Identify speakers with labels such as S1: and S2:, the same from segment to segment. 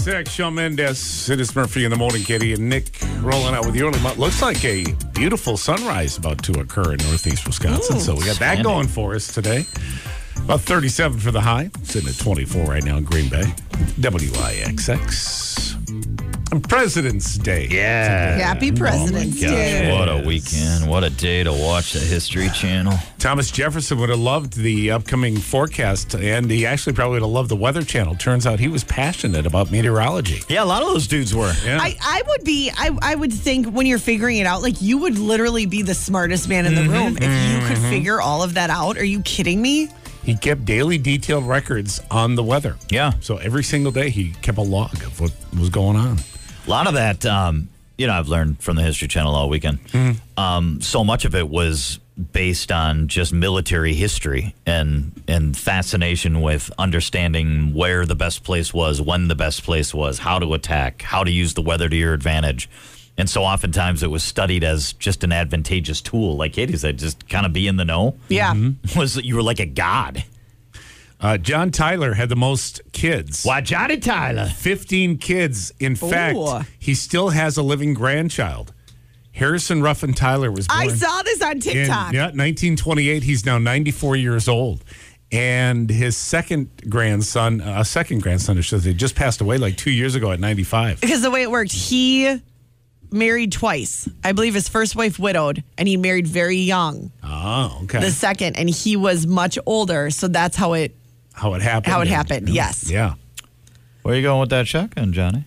S1: 6, Sean Mendes, it is Murphy in the Morning Kitty, and Nick rolling out with the early month. Looks like a beautiful sunrise about to occur in northeast Wisconsin, so we got that going for us today. About 37 for the high, sitting at 24 right now in Green Bay. WIXX. And President's Day.
S2: Yeah.
S3: Happy President's
S2: Gosh,
S3: Day.
S2: what a weekend. What a day to watch the History Channel.
S1: Thomas Jefferson would have loved the upcoming forecast, and he actually probably would have loved the Weather Channel. Turns out he was passionate about meteorology.
S4: Yeah, a lot of those dudes were.
S1: Yeah.
S3: I, I would be I, I would think when you're figuring it out like you would literally be the smartest man in the room if you could figure all of that out are you kidding me
S1: he kept daily detailed records on the weather.
S4: Yeah.
S1: So every single day he kept a log of what was going on.
S4: A lot of that, um, you know, I've learned from the History Channel all weekend. Um, so much of it was based on just military history and and fascination with understanding where the best place was, when the best place was, how to attack, how to use the weather to your advantage. And so oftentimes it was studied as just an advantageous tool, like Katie said, just kind of be in the know.
S3: yeah
S4: Was that you were like a god.
S1: Uh, John Tyler had the most kids.
S4: Why Johnny Tyler?
S1: 15 kids. In
S3: Ooh.
S1: fact, he still has a living grandchild. Harrison Ruffin Tyler was born.
S3: I saw this on
S1: in
S3: TikTok
S1: yeah, 1928. He's now 94 years old. And his second grandson, a uh, second grandson, I should say, just passed away like two years ago at 95.
S3: because the way it worked he married twice I believe his first wife widowed and he married very young
S1: Oh, okay.
S3: the second and he was much older so that's how it
S1: how it happened.
S3: how it
S1: and-
S3: happened, yes.
S1: Yeah.
S4: Where you going with that shotgun, Johnny?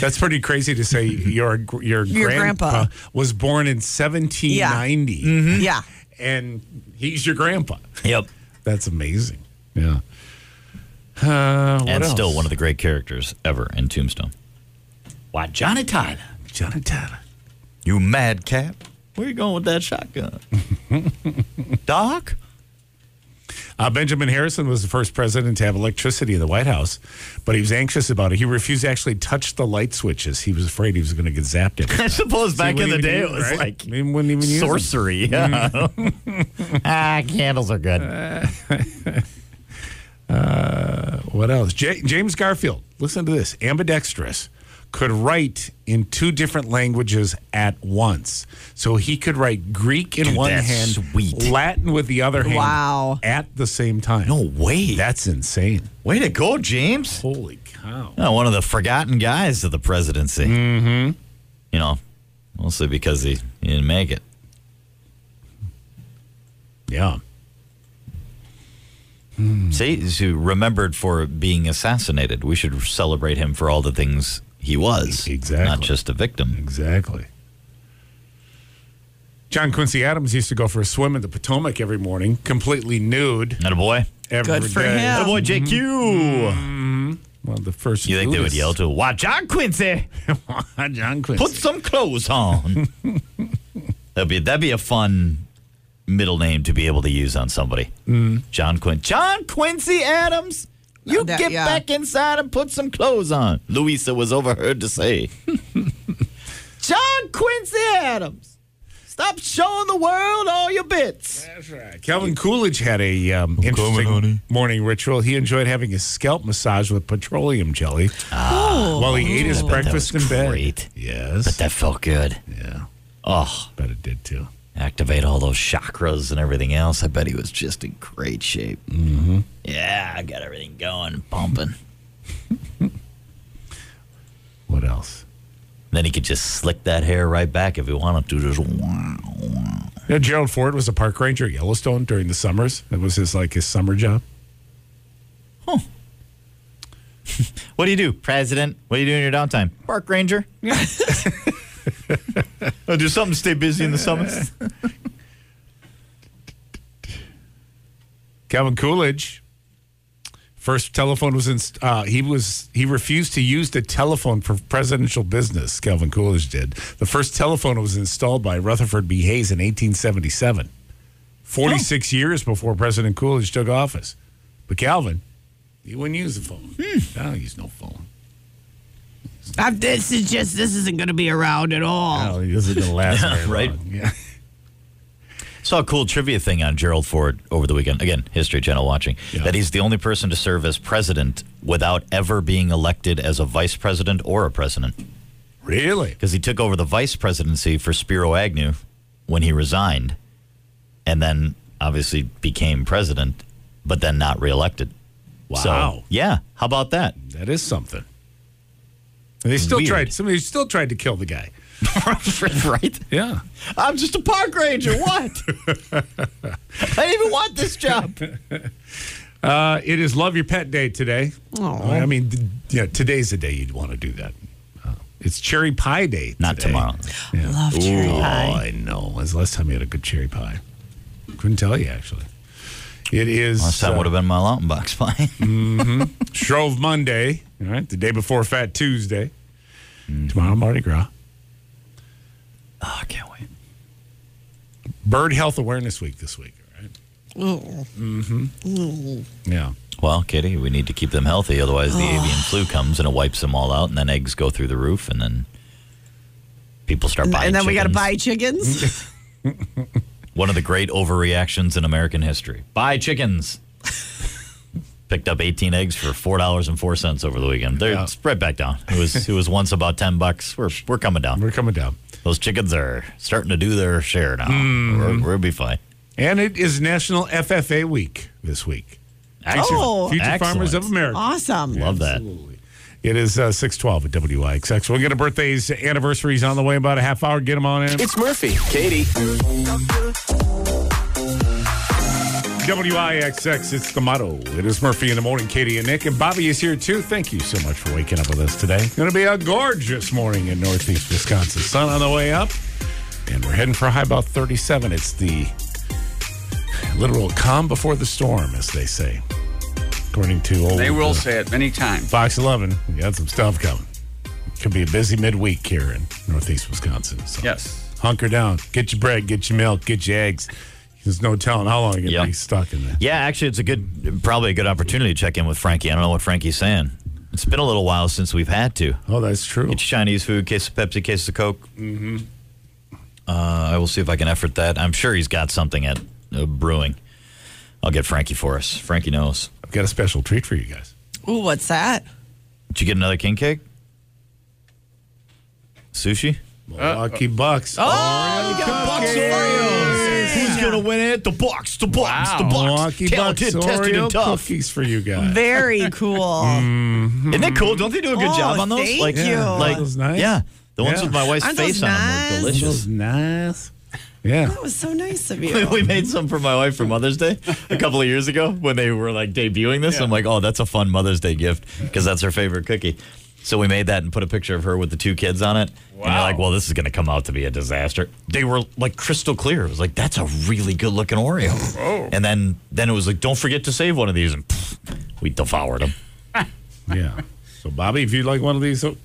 S1: That's pretty crazy to say your your,
S3: Your grandpa. Mm-hmm.
S1: grandpa was born in 1790
S3: yeah
S1: and he's your grandpa.
S4: Yep.
S1: That's amazing. Yeah. Uh, what
S4: and
S1: else?
S4: still one of the great characters ever in Tombstone. Why, Johnny Tyler?
S1: Johnny Tyler.
S4: You madcap? Where you going with that shotgun, Doc?
S1: Uh, Benjamin Harrison was the first president to have electricity in the White House, but he was anxious about it. He refused to actually touch the light switches. He was afraid he was going to get zapped. Every
S4: I
S1: time.
S4: suppose back
S1: He
S4: in the
S1: wouldn't
S4: day
S1: even
S4: it
S1: use
S4: was like
S1: right? He wouldn't even use them.
S4: sorcery. ah, candles are good.
S1: What else? J- James Garfield, listen to this ambidextrous, could write in two different languages at once. So he could write Greek in
S4: Dude,
S1: one
S4: that's
S1: hand,
S4: sweet.
S1: Latin with the other hand.
S3: Wow.
S1: At the same time.
S4: No way.
S1: That's insane.
S4: way to go, James.
S1: Holy cow.
S4: Oh, one of the forgotten guys of the presidency. Mm-hmm. You know, mostly because he, he didn't make it.
S1: Yeah.
S4: See, he's who remembered for being assassinated. We should celebrate him for all the things he was.
S1: Exactly.
S4: Not just a victim.
S1: Exactly. John Quincy Adams used to go for a swim in the Potomac every morning, completely nude
S4: Not a boy.
S1: every day.
S3: Good for him.
S4: boy, JQ.
S1: Well, the first
S4: You think they would
S1: nudists.
S4: yell to, why, John Quincy,
S1: John Quincy.
S4: put some clothes on. that'd, be, that'd be a fun middle name to be able to use on somebody. John Quincy. John Quincy Adams. You
S3: Mm. Uh, that-
S4: get
S3: yeah.
S4: back inside and put some clothes on, Louisa was overheard to say. John Quincy Adams. Stop showing the world all your bits.
S1: That's right. Calvin Coolidge had a um, interesting morning ritual. He enjoyed having his scalp massage with petroleum jelly while he ate his
S4: I bet Ah. that
S1: breakfast
S4: was
S1: in bed.
S4: great.
S1: Yes.
S4: That felt good.
S1: yeah.
S4: Oh,
S1: Bet it did too.
S4: activate all those chakras and everything else. I bet he was just in great shape. Mm-hmm. Yeah, I got everything going, pumping.
S1: What else?
S4: Then he could just slick that hair right back if he wanted to. Just wow, wow.
S1: You know, Gerald Ford was a park ranger at Yellowstone during the summers. That was his like his summer job.
S4: What do you do, President? What do you do in your downtime? Park Ranger. I'll do something to stay busy in the summers.
S1: Calvin Coolidge. First telephone was in. Uh, he was he refused to use the telephone for presidential business. Calvin Coolidge did. The first telephone was installed by Rutherford B. Hayes in 1877, 46 years before President Coolidge took office. But Calvin, he wouldn't use the phone. I don't use no phone.
S3: Uh, this is Oh. just this isn't gonna be around at all
S1: Oh, this is gonna last very
S4: Right.
S1: long. Yeah.
S4: Saw a cool trivia thing on Gerald Ford over the weekend. Again, History Channel watching.
S1: Yeah.
S4: That he's the only person to serve as president without ever being elected as a vice president or a president.
S1: Really?
S4: Because he took over the vice presidency for Spiro Agnew when he resigned and then obviously became president, but then not reelected.
S1: Wow.
S4: So, yeah. How about that?
S1: That is something. And they still
S4: Weird.
S1: tried. Somebody still tried to kill the guy.
S4: right?
S1: Yeah.
S4: I'm just a park ranger. What? I didn't even want this job.
S1: Uh, it is Love Your Pet Day today.
S3: Aw.
S1: I mean, th- yeah, today's the day you'd want to do that. Uh, it's Cherry Pie Day.
S4: Not
S1: today.
S4: tomorrow.
S1: Yeah.
S3: Love cherry
S1: Oh,
S3: pie.
S1: I know. When's the last time you had a good cherry pie? Couldn't tell you actually. It is
S4: Last time
S1: uh,
S4: would have been my Mountain Box pie.
S1: Shrove Monday. All right, the day before Fat Tuesday.
S4: Mm.
S1: Tomorrow, Mardi Gras.
S4: oh, I can't wait.
S1: Bird Health Awareness Week this week. All right.
S3: Oh. Mm.
S1: Mm-hmm. Yeah.
S4: Well, Kitty, we need to keep them healthy. Otherwise, the avian flu comes and it wipes them all out, and then eggs go through the roof, and then people start buying
S3: And then we got to
S4: chickens.
S3: buy chickens.
S4: One of the great overreactions in American history. Buy chickens. Picked up 18 eggs for four dollars and four cents over the weekend. They're
S1: Yeah.
S4: it's right back down. It was it was once about ten bucks. We're we're coming down.
S1: We're coming down.
S4: Those chickens are starting to do their share now.
S1: Hmm.
S4: We're, we'll be fine.
S1: And it is National FFA Week this week.
S3: Oh,
S1: Future Farmers of America.
S3: awesome.
S4: Love that.
S1: Absolutely. It is uh, 612 at WIXX. We'll get a birthdays, anniversaries on the way in about a half hour. Get them on in.
S5: It's Murphy, Katie,
S1: WIXX, it's the motto. It is Murphy in the morning, Katie and Nick. And Bobby is here too. Thank you so much for waking up with us today. Going to be a gorgeous morning in Northeast Wisconsin. Sun on the way up. And we're heading for a high about 37. It's the literal calm before the storm, as they say. According to old
S6: They will
S1: uh,
S6: say it many times.
S1: Fox 11, we got some stuff coming. Could be a busy midweek here in Northeast Wisconsin. So
S6: Yes.
S1: hunker down, get your bread, get your milk, get your eggs. There's no telling how long you're going to
S4: Yep.
S1: be stuck in there.
S4: Yeah, actually, it's a good, probably a good opportunity to check in with Frankie. I don't know what Frankie's saying. It's been a little while since we've had to.
S1: Oh, that's true.
S4: It's Chinese food, case of Pepsi, case of Coke. Mm-hmm. Uh, I will see if I can effort that. I'm sure he's got something at uh, brewing. I'll get Frankie for us. Frankie knows.
S1: I've got a special treat for you guys.
S3: Ooh, what's that?
S4: Did you get another king cake? Sushi?
S1: Milwaukee Bucks.
S4: Uh, Oh, you got Bucks Oreos. Who's gonna win it? The Bucks. The Bucks. The Bucks.
S1: Milwaukee Bucks
S4: Talented, tested,
S1: Oreo
S4: and tough.
S1: cookies for you guys.
S3: Very cool.
S4: Mm. Isn't that cool? Don't they do a good
S3: Oh,
S4: job on those?
S3: thank
S4: like,
S3: you. Yeah.
S4: like,
S1: Those nice?
S4: yeah, the ones
S1: Yeah.
S4: with my wife's
S3: Aren't those
S4: face on them
S3: nice?
S4: were
S1: Those
S4: delicious.
S1: nice. Yeah.
S3: That was so nice of
S4: We-
S3: you.
S4: We made some for my wife for Mother's Day a couple of years ago when they were like debuting this. I'm like, oh, that's a fun Mother's Day gift because that's her favorite cookie. So we made that and put a picture of her with the two kids on it. And you're like, well, this is going to come out to be a disaster. They were like crystal clear. It was like, that's a really good looking Oreo. And then then it was like, don't forget to save one of these. And pff, we devoured them.
S1: Yeah. So, Bobby, if you'd like one of these O-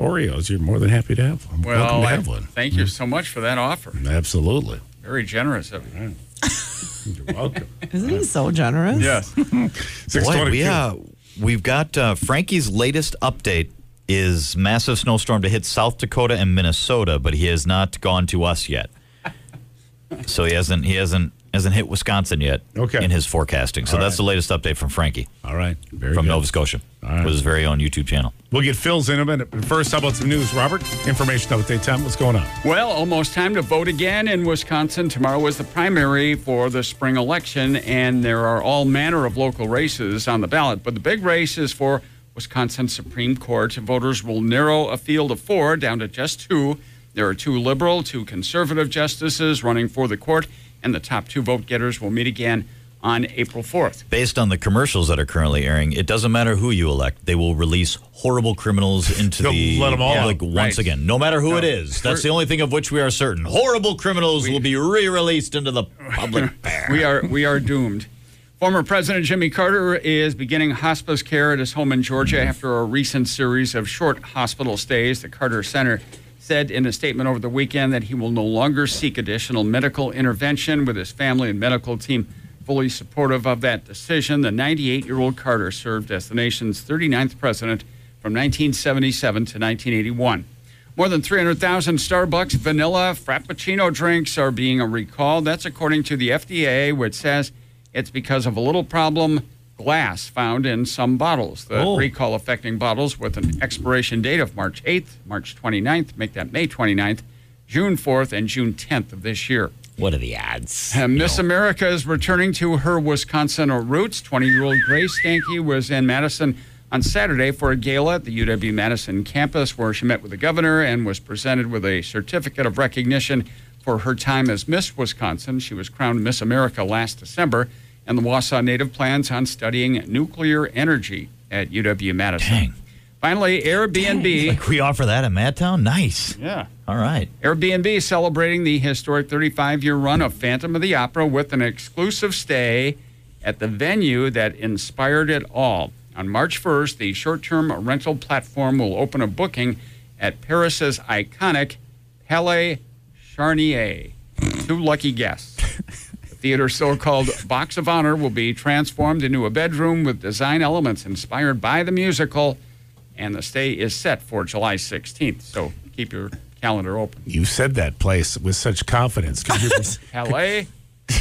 S1: Oreos, you're more than happy to have one. Welcome
S6: Well,
S1: to
S6: I-
S1: have one.
S6: thank you so much for that offer.
S1: Absolutely.
S6: Very generous of you.
S1: You're welcome.
S3: Isn't he so generous?
S6: Yes.
S4: Boy,
S1: 622.
S4: we, uh, we've got uh, Frankie's latest update is massive snowstorm to hit South Dakota and Minnesota, but he has not gone to us yet. So he hasn't he hasn't hasn't hit Wisconsin yet
S1: Okay.
S4: in his forecasting. So that's the latest update from Frankie
S1: All right. Very
S4: from
S1: good.
S4: Nova Scotia
S1: All right.
S4: with his very own YouTube channel.
S1: We'll get Phil's in a minute. But first, how about some news, Robert? Information update time. What's going on?
S6: Well, almost time to vote again in Wisconsin. Tomorrow is the primary for the spring election, and there are all manner of local races on the ballot. But the big race is for Wisconsin Supreme Court. Voters will narrow a field of four down to just two. There are two liberal, two conservative justices running for the court, and the top two vote getters will meet again on April 4th.
S4: Based on the commercials that are currently airing, it doesn't matter who you elect; they will release horrible criminals into
S1: They'll
S4: the
S1: let 'em all
S4: public
S1: out.
S4: once
S6: Right.
S4: again. No matter who it is, that's the only thing of which we are certain: horrible criminals will be re-released into the public.
S6: we are we are doomed. Former President Jimmy Carter is beginning hospice care at his home in Georgia after a recent series of short hospital stays. The Carter Center said in a statement over the weekend that he will no longer seek additional medical intervention with his family and medical team fully supportive of that decision. The 98-year-old Carter served as the nation's 39th president from 1977 to 1981. More than 300,000 Starbucks vanilla frappuccino drinks are being recalled. That's according to the FDA, which says it's because of a little problem glass found in some bottles. The
S4: Oh.
S6: recall affecting bottles with an expiration date of March 8th, March 29th, make that May 29th, June 4th, and June 10th of this year.
S4: What are the odds?
S6: And Uh, Miss America is returning to her Wisconsin roots. 20 year old Grace Stanky was in Madison on Saturday for a gala at the UW Madison campus where she met with the governor and was presented with a certificate of recognition for her time as Miss Wisconsin. She was crowned Miss America last December, and the Wausau native plans on studying nuclear energy at UW Madison.
S4: Dang.
S6: Finally, Airbnb.
S4: Like we offer that in Madtown? Nice.
S6: yeah.
S4: All right.
S6: Airbnb celebrating the historic 35 year run of Phantom of the Opera with an exclusive stay at the venue that inspired it all. On March 1st, the short term rental platform will open a booking at Paris's iconic Palais Charnier. Two lucky guests. The theater's so called Box of Honor will be transformed into a bedroom with design elements inspired by the musical, and the stay is set for July 16th. So keep your calendar open.
S1: You said that place with such confidence. 'cause you're-
S6: Palais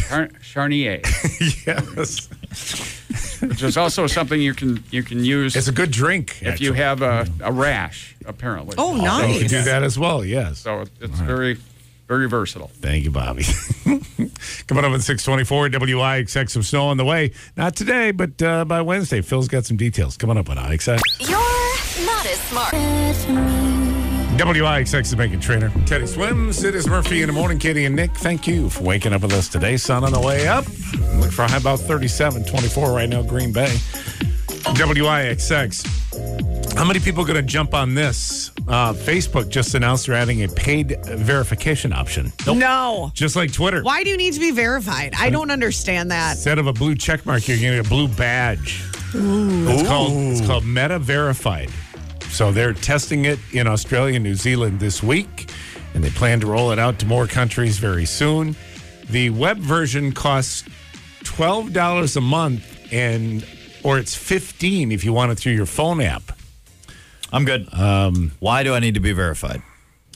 S6: Char- Charnier,
S1: yes.
S6: which is also something you can you can use
S1: It's a good drink.
S6: if you
S1: actually.
S6: have a, a rash, apparently.
S3: Oh,
S1: Oh, you
S3: nice.
S1: could do that as well, yes.
S6: So it- it's very, very versatile.
S1: Thank you, Bobby. Coming up at 624, WIXX, some snow on the way. Not today, but uh, by Wednesday. Phil's got some details. Coming up on IXX.
S5: You're not as smart.
S1: WIXX is making trainer. Teddy Swims. It is Murphy in the morning. Katie and Nick, thank you for waking up with us today. Sun on the way up. Look for a high about 37, 24 right now, Green Bay. WIXX. How many people are going to jump on this? Uh, Facebook just announced they're adding a paid verification option.
S3: No.
S1: Just like Twitter.
S3: Why do you need to be verified? I don't understand that.
S1: Instead of a blue check mark, you're getting a blue badge. It's called it's called Meta Verified. So they're testing it in Australia and New Zealand this week, and they plan to roll it out to more countries very soon. The web version costs twelve dollars a month, and or it's fifteen if you want it through your phone app.
S4: I'm good. Um, Why do I need to be verified?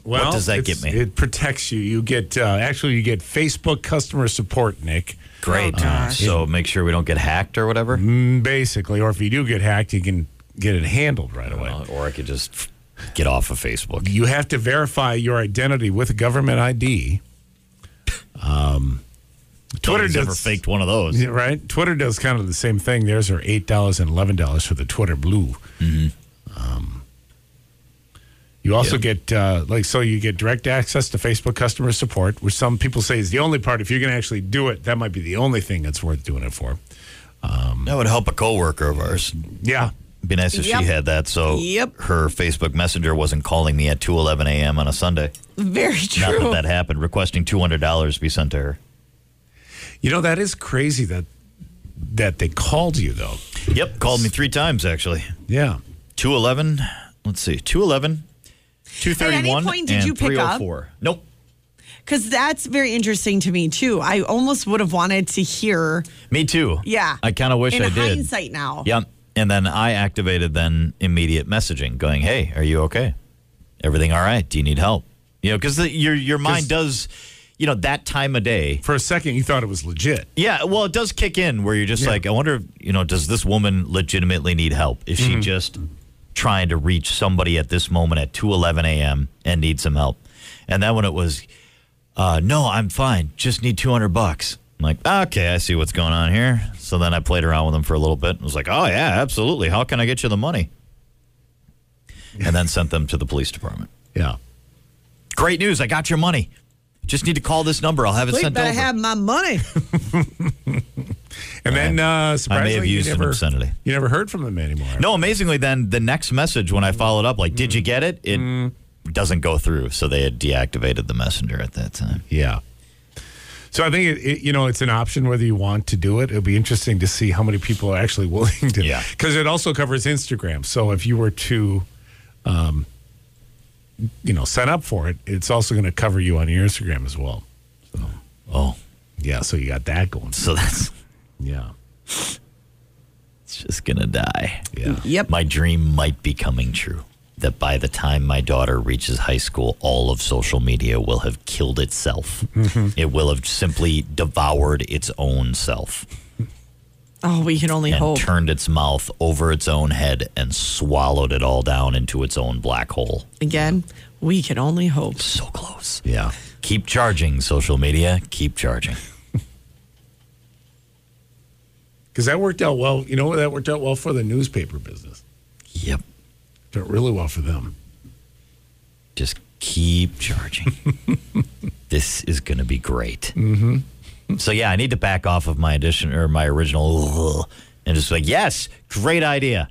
S1: Well,
S4: does that
S1: it's-
S4: get me?
S1: It protects you. You get uh, actually you get Facebook customer support, Nick.
S4: Great. Uh, so make sure we don't get hacked or whatever.
S1: Mm. Basically, or if you do get hacked, you can get it handled right away.
S4: Uh, or I could just get off of Facebook.
S1: you have to verify your identity with a government ID. Um, Twitter
S4: Nobody's
S1: does
S4: ever faked one of those.
S1: Yeah, right? Twitter does kind of the same thing. Theirs are eight dollars and eleven dollars for the Twitter Blue. Um, you also get uh, like so you get direct access to Facebook customer support, which some people say is the only part. If you're going to actually do it, that might be the only thing that's worth doing it for.
S4: That would help a coworker of ours.
S1: Yeah,
S4: Be nice if
S3: Yep.
S4: she had that, so
S3: Yep.
S4: her Facebook Messenger wasn't calling me at two eleven a.m. on a Sunday.
S3: Very
S4: Not
S3: true.
S4: that that happened. Requesting two hundred dollars be sent to her.
S1: you know that is crazy that that they called you though.
S4: Yep, called me three times actually.
S1: Yeah,
S4: Two eleven. Let's see. Two eleven. Two
S3: any
S4: thirty one.
S3: point did you pick up?
S4: oh Nope.
S3: Because that's very interesting to me, too. I almost would have wanted to hear.
S4: Me too.
S3: Yeah.
S4: I kind of wish
S3: In
S4: I did.
S3: hindsight now.
S4: Yep. And then I activated then immediate messaging, going, "Hey, are you okay? Everything all right? Do you need help? You know, because your your mind does, you know, that time of day.
S1: for a second you thought it was legit.
S4: Yeah, well, it does kick in where you're just
S1: Yeah.
S4: like, I wonder, if, you know, does this woman legitimately need help? Is she just trying to reach somebody at this moment at 2:11 a.m. and needs some help? And then when it was, uh, no, I'm fine, just need 200 bucks. I'm like, okay, I see what's going on here. So then I played around with them for a little bit and was like, oh yeah, absolutely. How can I get you the money? And then sent them to the police department.
S1: Yeah.
S4: Great news! I got your money. Just need to call this number. I'll have it
S3: Wait,
S4: sent
S3: but I
S4: over.
S3: have my money.
S1: And then uh,
S4: I
S1: surprisingly,
S4: may have used
S1: you
S4: an
S1: never,
S4: obscenity.
S1: You never heard from them anymore.
S4: No, amazingly, then the next message when I followed up, like, did you get it? It doesn't go through. So they had deactivated the messenger at that time.
S1: Yeah. So I think it, it, you know it's an option whether you want to do it. It'll be interesting to see how many people are actually willing to.
S4: Yeah.
S1: Because it also covers Instagram. So if you were to, um, you know, sign up for it, it's also going to cover you on your Instagram as well.
S4: Oh,
S1: Yeah. So you got that going.
S4: so that's
S1: Yeah.
S4: it's just going to die.
S1: Yeah.
S3: Yep.
S4: My dream might be coming true. that by the time my daughter reaches high school, all of social media will have killed itself. It will have simply devoured its own self
S3: Oh, we can only
S4: and
S3: hope.
S4: turned its mouth over its own head and swallowed it all down into its own black hole.
S3: Again, we can only hope.
S4: So close. Yeah. Keep charging, social media. Keep charging.
S1: Because that worked out well. You know what? That worked out well for the newspaper business.
S4: Yep.
S1: Worked out really well for them.
S4: Just keep charging. this is going to be great. Mm-hmm. so yeah, I need to back off of my edition or my original and just like, yes, great idea.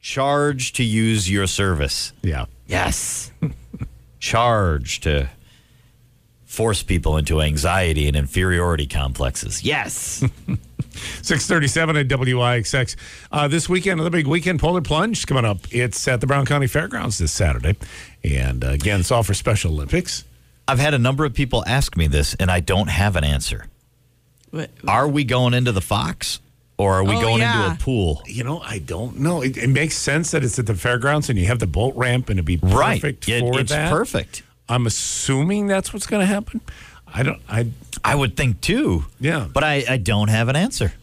S4: Charge to use your service.
S1: Yeah.
S4: Yes. Charge to force people into anxiety and inferiority complexes. Yes.
S1: 637 at WIXX. Uh, this weekend, another big weekend, Polar Plunge coming up. It's at the Brown County Fairgrounds this Saturday. And uh, again, it's all for Special Olympics.
S4: I've had a number of people ask me this, and I don't have an answer.
S3: But-
S4: Are we going into the Fox or are we
S3: Oh,
S4: going
S3: yeah.
S4: into a pool?
S1: You know, I don't know. It, it makes sense that it's at the fairgrounds and you have the boat ramp and it'd be
S4: Right.
S1: perfect
S4: It-
S1: for
S4: it's
S1: that.
S4: perfect.
S1: I'm assuming that's what's going to happen. I don't, I,
S4: I would think too.
S1: Yeah.
S4: But I, I don't have an answer.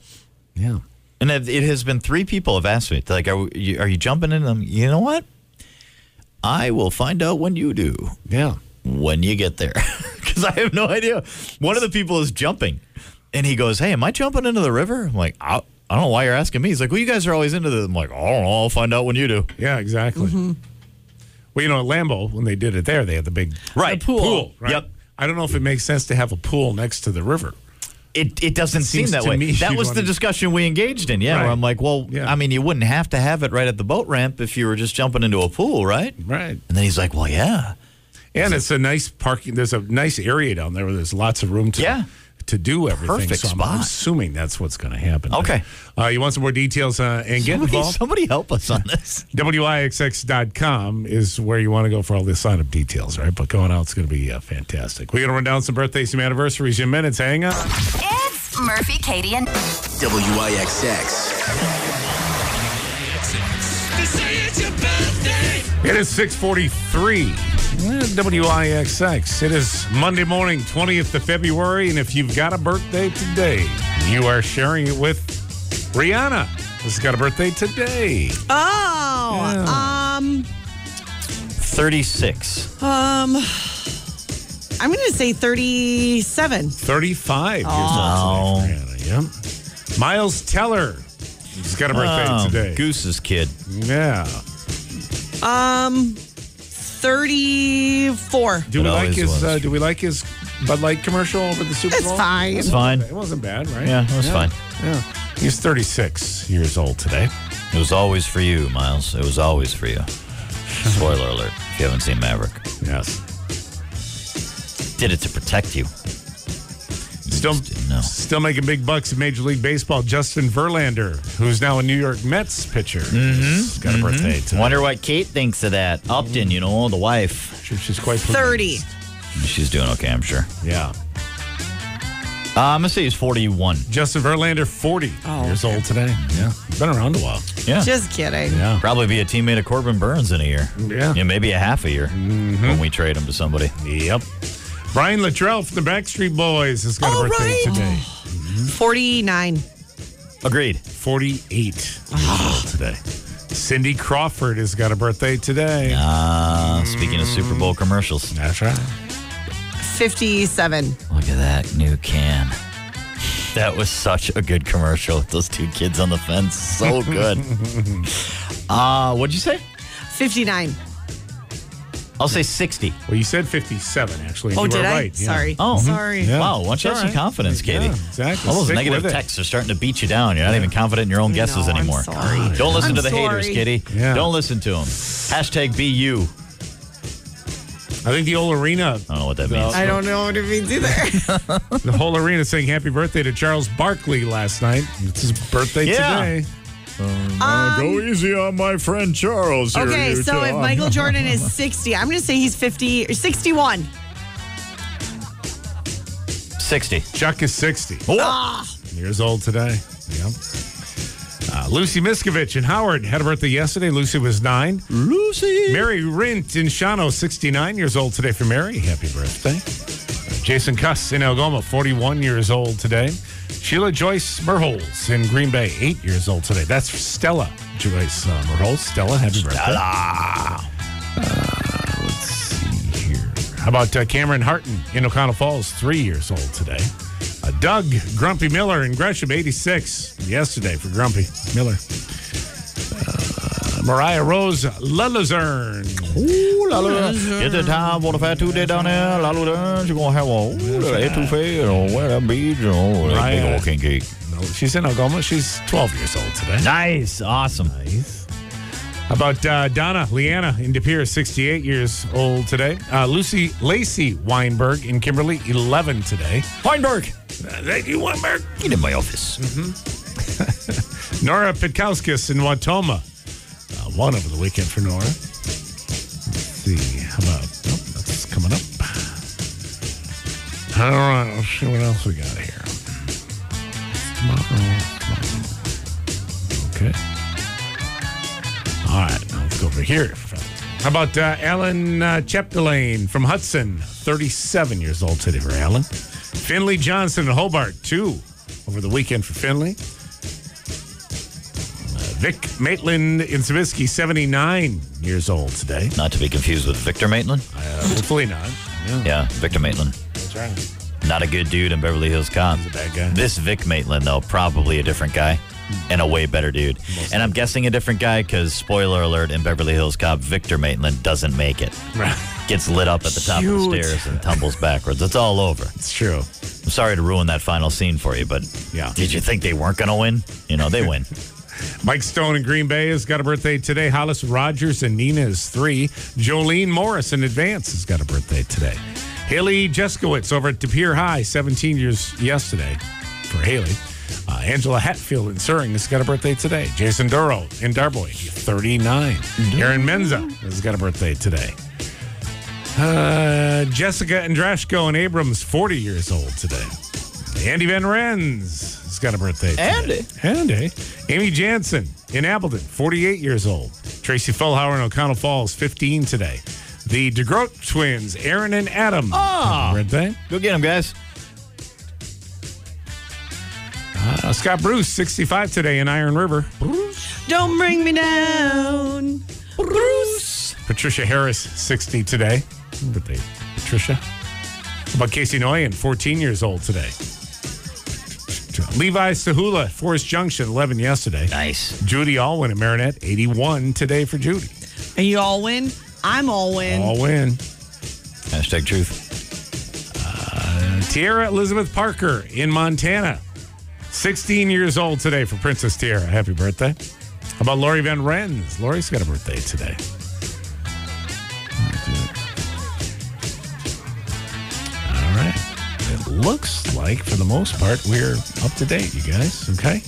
S1: yeah.
S4: And it it has been three people have asked me, like, are, we, are you jumping in them? You know what? I will find out when you do,
S1: Yeah.
S4: when you get there. Because I have no idea. One of the people is jumping. And he goes, hey, am I jumping into the river? I'm like, I, I don't know why you're asking me. He's like, well, you guys are always into this. I'm like, I don't know. I'll find out when you do.
S1: Yeah, exactly.
S4: Mm-hmm.
S1: Well, you know, at Lambeau, when they did it there, they had the big
S4: Right.
S1: pool. right?
S4: Yep.
S1: I don't know if it makes sense to have a pool next to the river.
S4: It, it doesn't seem
S1: Seems
S4: that
S1: to
S4: way.
S1: me
S4: that
S1: you'd
S4: was the
S1: wanna-
S4: discussion we engaged in. Yeah, where
S1: Right.
S4: I'm like, well,
S1: Yeah.
S4: I mean, you wouldn't have to have it right at the boat ramp if you were just jumping into a pool, right?
S1: Right.
S4: And then he's like, well, yeah.
S1: And it's a nice parking. There's a nice area down there where there's lots of room to
S4: Yeah.
S1: to do everything.
S4: Perfect
S1: so I'm,
S4: spot.
S1: assuming that's what's going to happen. there.
S4: Okay.
S1: Uh, you want some more details uh, and get
S4: Somebody,
S1: involved?
S4: somebody help us on this.
S1: WIXX.com is where you want to go for all the sign up details, all right? But going out, it's going to be uh, fantastic. We're going to run down some birthdays, some anniversaries in minutes. Hang on.
S5: It's Murphy, Katie, and
S7: WIXX.
S1: It is 643. Eh, WIXX. It is Monday morning, 20th of February. And if you've got a birthday today, you are sharing it with Rihanna. Has got a birthday today.
S3: Oh, um,
S4: 36.
S3: um, I'm going to say 37.
S1: 35 years old. today, Rihanna, yeah. Miles Teller. He's got a birthday
S4: Oh,
S1: today.
S4: Goose's kid.
S1: Yeah.
S3: 34.
S1: Do
S4: It
S1: we like
S4: always
S1: his
S4: was.
S1: uh, do we like his Bud Light commercial over the Super
S3: It's
S1: Bowl?
S3: fine.
S4: It's fine.
S1: It wasn't bad, right?
S4: Yeah, it was fine.
S1: Yeah. He's 36 years old today.
S4: It was always for you, Miles. It was always for you. Spoiler alert if you haven't seen Maverick.
S1: Yes.
S4: Did it to protect you.
S1: Still,
S4: Just didn't know.
S1: still making big bucks in Major League Baseball. Justin Verlander, who's now a New York Mets pitcher, has got a birthday today.
S4: Mm-hmm. Wonder what Kate thinks of that. Upton, you know, the wife.
S1: Sure she's quite pleased.
S3: 30.
S4: She's doing okay, I'm sure.
S1: Yeah,
S4: Uh, I'm going to say he's 41.
S1: Justin Verlander, forty
S3: Oh.
S1: years old today. Yeah, been around a while.
S4: Yeah.
S3: Just kidding.
S1: Yeah,
S4: Probably be a teammate of Corbin Burns in a year.
S1: Yeah. Mm-hmm.
S4: maybe a half a year when we trade him to somebody.
S1: yep. Brian Luttrell from the Backstreet Boys has got
S3: All
S1: a birthday
S3: Oh, right.
S1: today.
S3: 49.
S4: Agreed.
S1: Forty-eight years old today. Cindy Crawford has got a birthday today.
S4: Uh, speaking of Super Bowl commercials,
S1: That's right.
S3: 57.
S4: look at that new can. That was such a good commercial with those two kids on the fence. So good. uh, what'd you say?
S3: 59.
S4: I'll say 60.
S1: Well, you said fifty-seven actually. and
S3: Oh,
S1: you
S3: did
S1: were
S3: I?
S1: right. yeah.
S3: Sorry.
S4: Oh.
S3: Sorry.
S1: Yeah.
S4: Wow, why don't you
S1: It's all
S4: have some
S1: right.
S4: confidence, Katie?
S1: Yeah, exactly.
S4: All those
S1: Stick
S4: negative
S1: with it.
S4: texts are starting to beat you down. You're not even confident in your own guesses
S3: No, I'm
S4: anymore.
S3: sorry.
S4: Don't listen
S3: I'm
S4: to the haters,
S3: sorry.
S4: Kitty.
S1: Yeah.
S4: Don't listen to them. Hashtag be you.
S1: I think the old arena
S4: I don't know what that means.
S3: I don't know what it means either.
S1: The whole arena saying happy birthday to Charles Barkley last night. It's his birthday
S4: Yeah.
S1: today.
S4: go easy on my friend Charles.
S3: Um, okay, so if Michael Jordan is 60, I'm going to say he's 50 or 61.
S4: 60. Ah.
S1: Chuck is 60 years old today. Yep. Uh, Lucy Miskovich in Howard had a birthday yesterday. Lucy was nine.
S4: Lucy.
S1: Mary Rint in Shano, 69 years old today for Mary. Happy birthday. Uh, Jason Cuss in Algoma, 41 years old today. Sheila Joyce Merholz in Green Bay, 8 years old today. That's Stella Joyce uh, Merholz. Stella, happy birthday. Uh, let's see here. How about uh, Cameron Harton in O'Connell Falls, 3 years old today. Uh, Doug Grumpy Miller in Gresham, 86 yesterday for Grumpy Miller. Uh, Mariah Rose Lelazern.
S4: It's the time for the fat two day down there. La la la. You're gonna have a ooh, little etouffee or where that beads or that big
S1: Right.
S4: old king cake.
S1: No, she's in Algoma. She's 12 years old today.
S4: Nice, awesome. Nice.
S1: How about uh, Donna Leanna in De Pere, 68 years old today? Uh, Lucy Lacey Weinberg in Kimberly, 11 today.
S4: Weinberg,
S1: Uh, thank you, Weinberg.
S4: get in my office.
S1: Nora Pitkowskis in Watoma, uh, one over the weekend for Nora. Let's see. How about, oh, that's coming up. All right, let's see what else we got here. Tomorrow, tomorrow. Okay. All right, now let's go over here. How about uh, Alan uh, Chapdelaine from Hudson, 37 years old today for Alan. Finley Johnson in Hobart, two over the weekend for Finley. Uh, Vic Maitland in Sabisky, 79 years old today.
S4: Not to be confused with Victor Maitland.
S1: Uh, hopefully not. Yeah,
S4: Yeah, Victor Maitland.
S1: that's right.
S4: Not a good dude in Beverly Hills Cop.
S1: a bad guy.
S4: This Vic Maitland, though, probably a different guy and a way better dude. And I'm guessing a different guy because, spoiler alert, in Beverly Hills Cop, Victor Maitland doesn't make it. Gets lit up at the top of the
S1: Shoot.
S4: stairs and tumbles backwards. It's all over.
S1: It's true.
S4: I'm sorry to ruin that final scene for you, but
S1: Yeah.
S4: did you think they weren't going to win? You know, they win.
S1: Mike Stone in Green Bay has got a birthday today. Hollis Rogers and Nina is three. Jolene Morris in Advance has got a birthday today. Haley Jeskowitz over at De Pere High, 17 years yesterday for Haley. Uh, Angela Hatfield in Suring has got a birthday today. Jason Duro in Darboy, 39. Aaron Menza has got a birthday today. Uh, Jessica Andrashko and Abrams, 40 years old today. Andy Van Renz has got a birthday today.
S4: Andy.
S1: Andy. Amy Jansen in Appleton, 48 years old. Tracy Fellhauer in O'Connell Falls, 15 today. The DeGroat twins, Aaron and Adam. Oh. Birthday.
S4: Go get them, guys.
S1: Uh, Scott Bruce, 65 today in Iron River.
S3: Don't bring me down. Bruce.
S1: Patricia Harris, 60 today. Birthday, Patricia. How about Casey Noyan, 14 years old today. Levi Sahula, Forest Junction, 11 yesterday.
S4: Nice.
S1: Judy Allwin in Marinette, 81 today for Judy.
S3: Are you all win? I'm all win.
S1: Allwin.
S4: Hashtag truth.
S1: Tierra Elizabeth Parker in Montana, 16 years old today for Princess Tierra. Happy birthday. How about Lori Van Renz? Lori's got a birthday today. All right. It looks like, for the most part, we're up to date, you guys. Okay.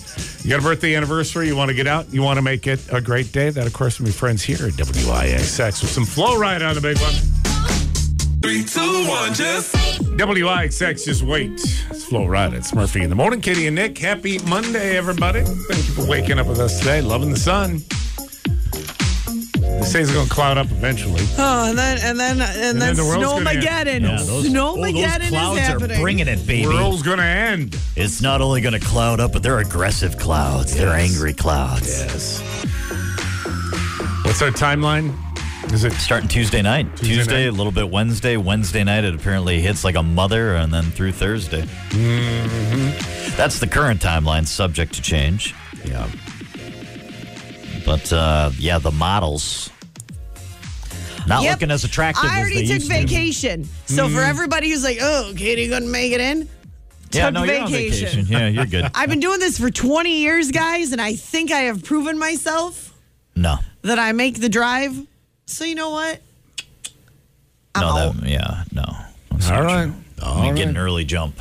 S1: You got a birthday anniversary. You want to get out. You want to make it a great day. That, of course, will be friends here at WIXX with some flow ride on the big one.
S7: Three, two, one, just.
S1: WIXX, just wait. It's Flo Rida. It's Murphy in the morning. Kitty and Nick, happy Monday, everybody. Thank you for waking up with us today. Loving the sun. This day's going to cloud up eventually.
S3: Oh, and then and then and,
S1: then
S3: then,
S1: the world's gonna
S3: snowmageddon. snowmageddon
S4: clouds
S3: is
S4: are
S3: happening.
S4: bringing it, baby.
S1: World's going to end.
S4: It's not only going to cloud up, but they're aggressive clouds. They're angry clouds.
S1: Yes. What's our timeline? Is it
S4: Starting Tuesday night. Tuesday,
S1: night.
S4: a little bit Wednesday. Wednesday night, it apparently hits like a mother, and then through Thursday. That's the current timeline, subject to change.
S1: Mm-hmm. yeah.
S4: But uh, yeah, the models not
S3: Yep.
S4: looking as attractive
S3: I
S4: as
S3: already
S4: they
S3: took
S4: used to. Mm-hmm.
S3: vacation. So for everybody who's like, oh, Katie couldn't make it in,
S4: Yeah,
S3: took
S4: no, you're on
S3: vacation.
S4: vacation. Yeah, you're good.
S3: I've been doing this for 20 years, guys, and I think I have proven myself
S4: no,
S3: that I make the drive. So you know what? I'm
S4: no,
S3: out.
S4: that, yeah, no. That's
S1: All
S4: not
S1: right.
S4: true.
S1: All
S4: we get
S1: right.
S4: an early jump.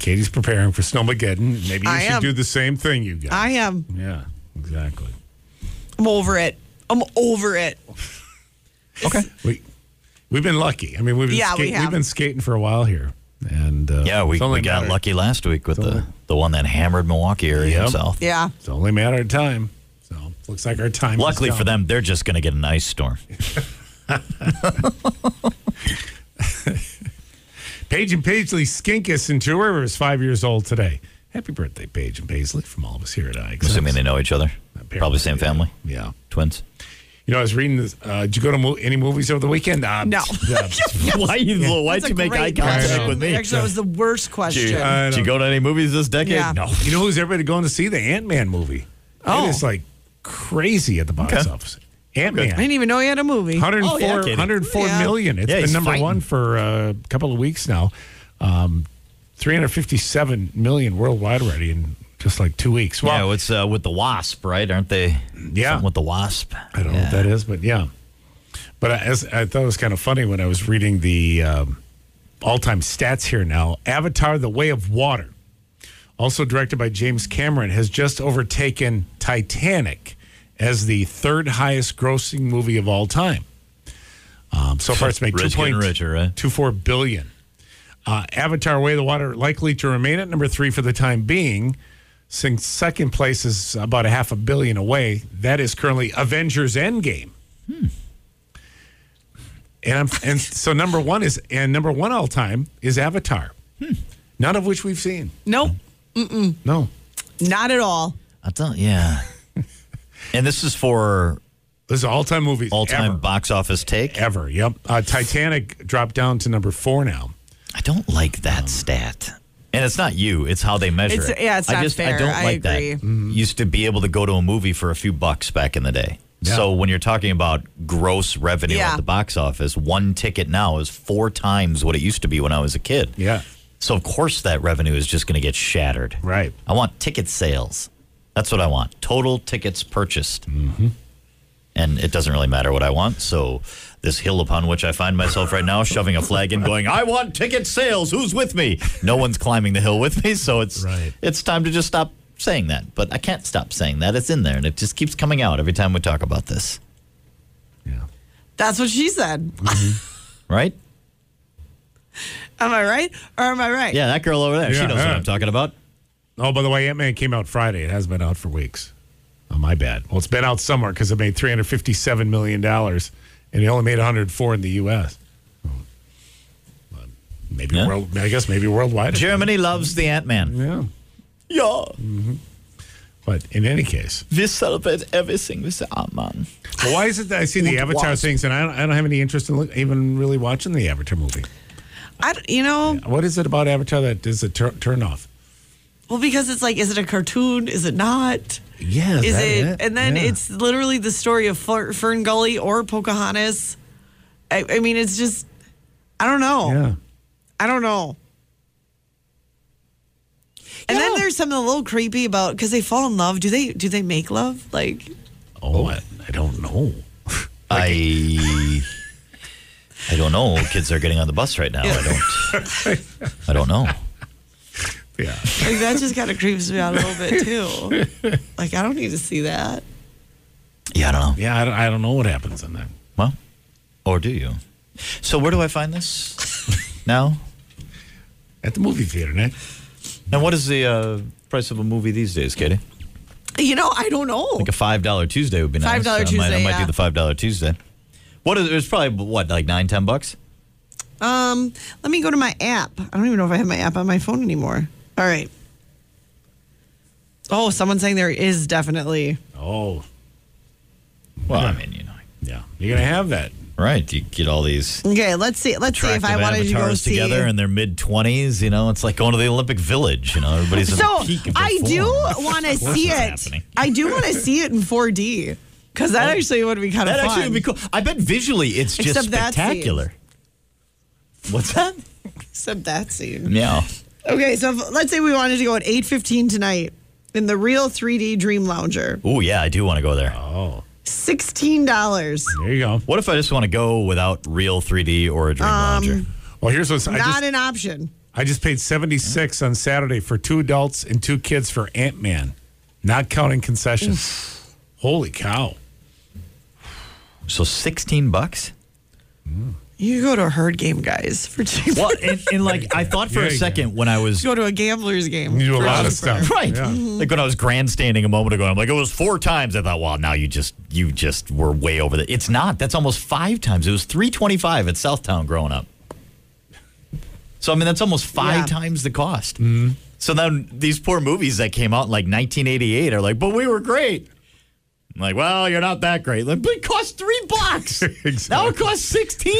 S1: Katie's preparing for Snowmageddon. Maybe you
S3: I
S1: should
S3: am.
S1: do the same thing, you guys.
S3: I am.
S1: yeah, exactly.
S3: I'm over it. I'm over it.
S1: We, we've been lucky. I mean, we've been,
S3: Yeah, we
S1: skate-
S3: have.
S1: we've been skating for a while here. And uh,
S4: Yeah, we,
S1: it's only
S4: we
S1: a
S4: got
S1: matter-
S4: lucky last week with the, the one that hammered Milwaukee area
S1: Yep.
S4: south.
S3: Yeah.
S1: It's only a matter of time. So looks like our time. is
S4: Luckily for
S1: done.
S4: them, they're just going to get an ice storm.
S1: Paige and Paisley Skinkus in Two Rivers, five years old today. Happy birthday, Paige and Paisley, from all of us here at IX.
S4: I'm assuming they know each other. Probably same family.
S1: Yeah.
S4: Twins.
S1: You know, I was reading this. Uh, did you go to mo- any movies over the weekend? Uh,
S3: No.
S1: the-
S4: Why you,
S3: That's a great
S1: contact
S3: question.
S1: with
S3: Actually, that was the worst question.
S1: I
S4: Did you
S1: don't-
S4: go to any movies this decade?
S3: Yeah.
S4: No.
S1: you know who's everybody going to see? The Ant Man movie.
S3: Oh.
S1: It is like crazy at the box
S4: Okay.
S1: office. Ant Man.
S3: I didn't even know you had a movie.
S1: 104,
S4: Oh, yeah, Katie.
S1: 104
S3: Yeah.
S1: million. It's
S4: Yeah,
S1: been
S4: he's
S1: number
S4: fighting.
S1: one for uh, a couple of weeks now. Um, 357 million worldwide already in just like two weeks. Well,
S4: yeah, it's uh, with the Wasp, right? Aren't they?
S1: Yeah.
S4: Something with the Wasp.
S1: I don't know what that is, but yeah. But I, as, I thought it was kind of funny when I was reading the um, all time stats here now Avatar, The Way of Water, also directed by James Cameron, has just overtaken Titanic as the third highest grossing movie of all time. Um, so far, it's made
S4: Rich getting
S1: 2.24
S4: richer, right?
S1: billion. Uh, Avatar, Way of the Water, likely to remain at number three for the time being, since second place is about a half a billion away. That is currently Avengers Endgame.
S4: Hmm.
S1: And I'm, and so number one is and number one all time is Avatar.
S4: Hmm.
S1: None of which we've seen.
S3: Nope.
S1: No.
S3: Not at all.
S4: I don't, yeah. and this is for
S1: This is all time movies.
S4: all time
S1: ever.
S4: box office take.
S1: ever. Yep. Uh, Titanic dropped down to number four now.
S4: I don't like that stat. Um, And it's not you, it's how they measure
S3: It's-
S4: it.
S3: yeah, it's
S4: I
S3: not
S4: just I
S3: fair.
S4: don't
S3: I
S4: like
S3: agree.
S4: that. Mm-hmm. Used to be able to go to a movie for a few bucks back in the day.
S1: Yeah.
S4: So when you're talking about gross revenue
S3: Yeah.
S4: at the box office, one ticket now is four times what it used to be when I was a kid.
S1: Yeah.
S4: So of course that revenue is just going to get shattered.
S1: Right.
S4: I want ticket sales. That's what I want. Total tickets purchased.
S1: Mm-hmm.
S4: And it doesn't really matter what I want. So this hill upon which I find myself right now, shoving a flag in, going, "I want ticket sales. Who's with me?" No one's climbing the hill with me. So it's
S1: Right.
S4: it's time to just stop saying that. But I can't stop saying that. It's in there, and it just keeps coming out every time we talk about this.
S1: Yeah.
S3: That's what she said.
S4: Right?
S3: Am I right or am I right?
S4: Yeah, that girl over there.
S1: Yeah,
S4: she knows what
S1: yeah.
S4: I'm talking about.
S1: Oh, by the way, Ant Man came out Friday. It has been out for weeks. Oh, my bad. Well, it's been out somewhere because it made three hundred fifty-seven million dollars, and it only made one hundred four in the U.S. Well, Maybe
S4: Yeah.
S1: world. I guess maybe worldwide.
S4: Germany loves the Ant Man.
S1: Yeah.
S4: Yeah,
S1: But in any case,
S4: we celebrate everything with the Ant Ah, Man.
S1: well, why is it that I see the Avatar
S4: wasp.
S1: things and I don't, I don't have any interest in look, even really watching the Avatar movie?
S3: I, d- you know,
S1: What is it about Avatar that is a tur- turn off?
S3: well, because it's like, is it a cartoon? Is it not?
S1: Yeah,
S3: Is it? And then it's literally the story of Fer- Fern Gully or Pocahontas. I, I mean, it's just, I don't know.
S1: yeah.
S3: I don't know. And then there's something a little creepy about because they fall in love. Do they? Do they make love? Like,
S1: Oh, I, I don't know.
S4: I I don't know. Kids are getting on the bus right now. I don't. I don't know.
S1: Yeah.
S3: like that just kind of creeps me out a little bit too. Like, I don't need to see that.
S4: Yeah, I don't know.
S1: Yeah, I don't, I don't know what happens in there.
S4: Well, or do you? So where do I find this now?
S1: At the movie theater, Nick.
S4: Now, what is the uh, price of a movie these days, Katie?
S3: You know, I don't know.
S4: Like a five dollar Tuesday would be nice.
S3: $5
S4: I might, I
S3: Tuesday,
S4: might
S3: yeah.
S4: do the five dollar Tuesday. What is? It's probably what like nine, ten bucks.
S3: Um, let me go to my app. I don't even know if I have my app on my phone anymore. All right. Oh, someone's saying there is definitely.
S1: Oh,
S4: Well, I mean, you know,
S1: yeah. You're going to have that.
S4: right? You get all these
S3: Okay, let's see. Let's see if
S4: attractive
S3: I wanted to go
S4: avatars
S3: see.
S4: together in their mid twenties. You know, it's like going to the Olympic Village. You know, everybody's at
S3: so
S4: the peak of their
S3: I do
S4: form.
S3: want to see it.
S4: it's happening. Oh,
S3: I do want to see it in 4D because that actually would be kind of
S4: That
S3: fun.
S4: actually would be cool. I bet visually it's just
S3: Except that
S4: spectacular. What's that?
S3: Except that scene.
S4: Yeah.
S3: Okay, so if, let's say we wanted to go at 8:15 tonight in the real 3D Dream Lounger.
S4: Oh yeah, I do want to go there.
S1: Oh,
S3: Sixteen dollars.
S1: there you go.
S4: What if I just want to go without real 3D or a Dream
S3: Um,
S4: Lounge?
S1: Well, here's what's I
S3: Not
S1: just,
S3: an option.
S1: I just paid 76 on Saturday for two adults and two kids for Ant Man, not counting concessions. Holy cow.
S4: So 16 bucks?
S3: You go to a herd game, guys, for cheaper.
S4: Well, and, and like I thought for
S1: Yeah,
S4: a
S1: you
S4: second when I was
S3: Go to a gambler's game.
S1: You do a
S3: for
S1: lot of
S3: cheaper.
S1: stuff.
S4: right,
S1: Yeah.
S4: like when I was grandstanding a moment ago, I'm like it was four times. I thought, well, now you just you just were way over the. It's not. That's almost five times. It was three twenty five at Southtown growing up. So I mean, that's almost five
S3: Yeah.
S4: times the cost. So then these poor movies that came out in like 1988 are like, but we were great. I'm like, well, you're not that great. Like, but it cost three bucks. Now it costs 16.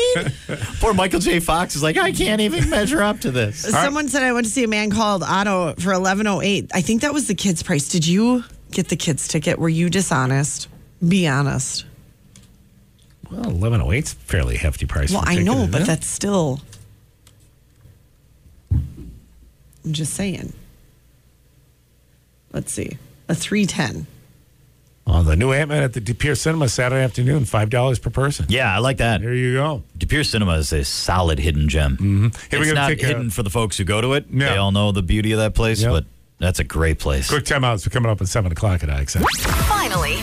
S4: poor Michael J. Fox is like, I can't even measure up to this.
S3: Someone said I went to see a man called Otto for eleven oh eight. I think that was the kids' price. Did you get the kids' ticket? Were you dishonest? Be honest.
S1: Well, eleven oh eight's fairly hefty price.
S3: Well,
S1: for
S3: I
S1: ticket,
S3: know,
S1: isn't
S3: but
S1: it?
S3: that's still. I'm just saying. Let's see. A 310.
S1: oh, the new Ant Man at the De Pere Cinema Saturday afternoon, five dollars per person.
S4: Yeah, I like that.
S1: There you go.
S4: De Pere Cinema is a solid hidden gem. Mm-hmm.
S1: Hey, we're
S4: it's
S1: gonna
S4: not
S1: take a-
S4: hidden for the folks who go to it.
S1: No.
S4: They all know the beauty of that place,
S1: Yep.
S4: but that's a great place.
S1: Quick timeouts. We're coming up at seven o'clock at IXN.
S5: Finally,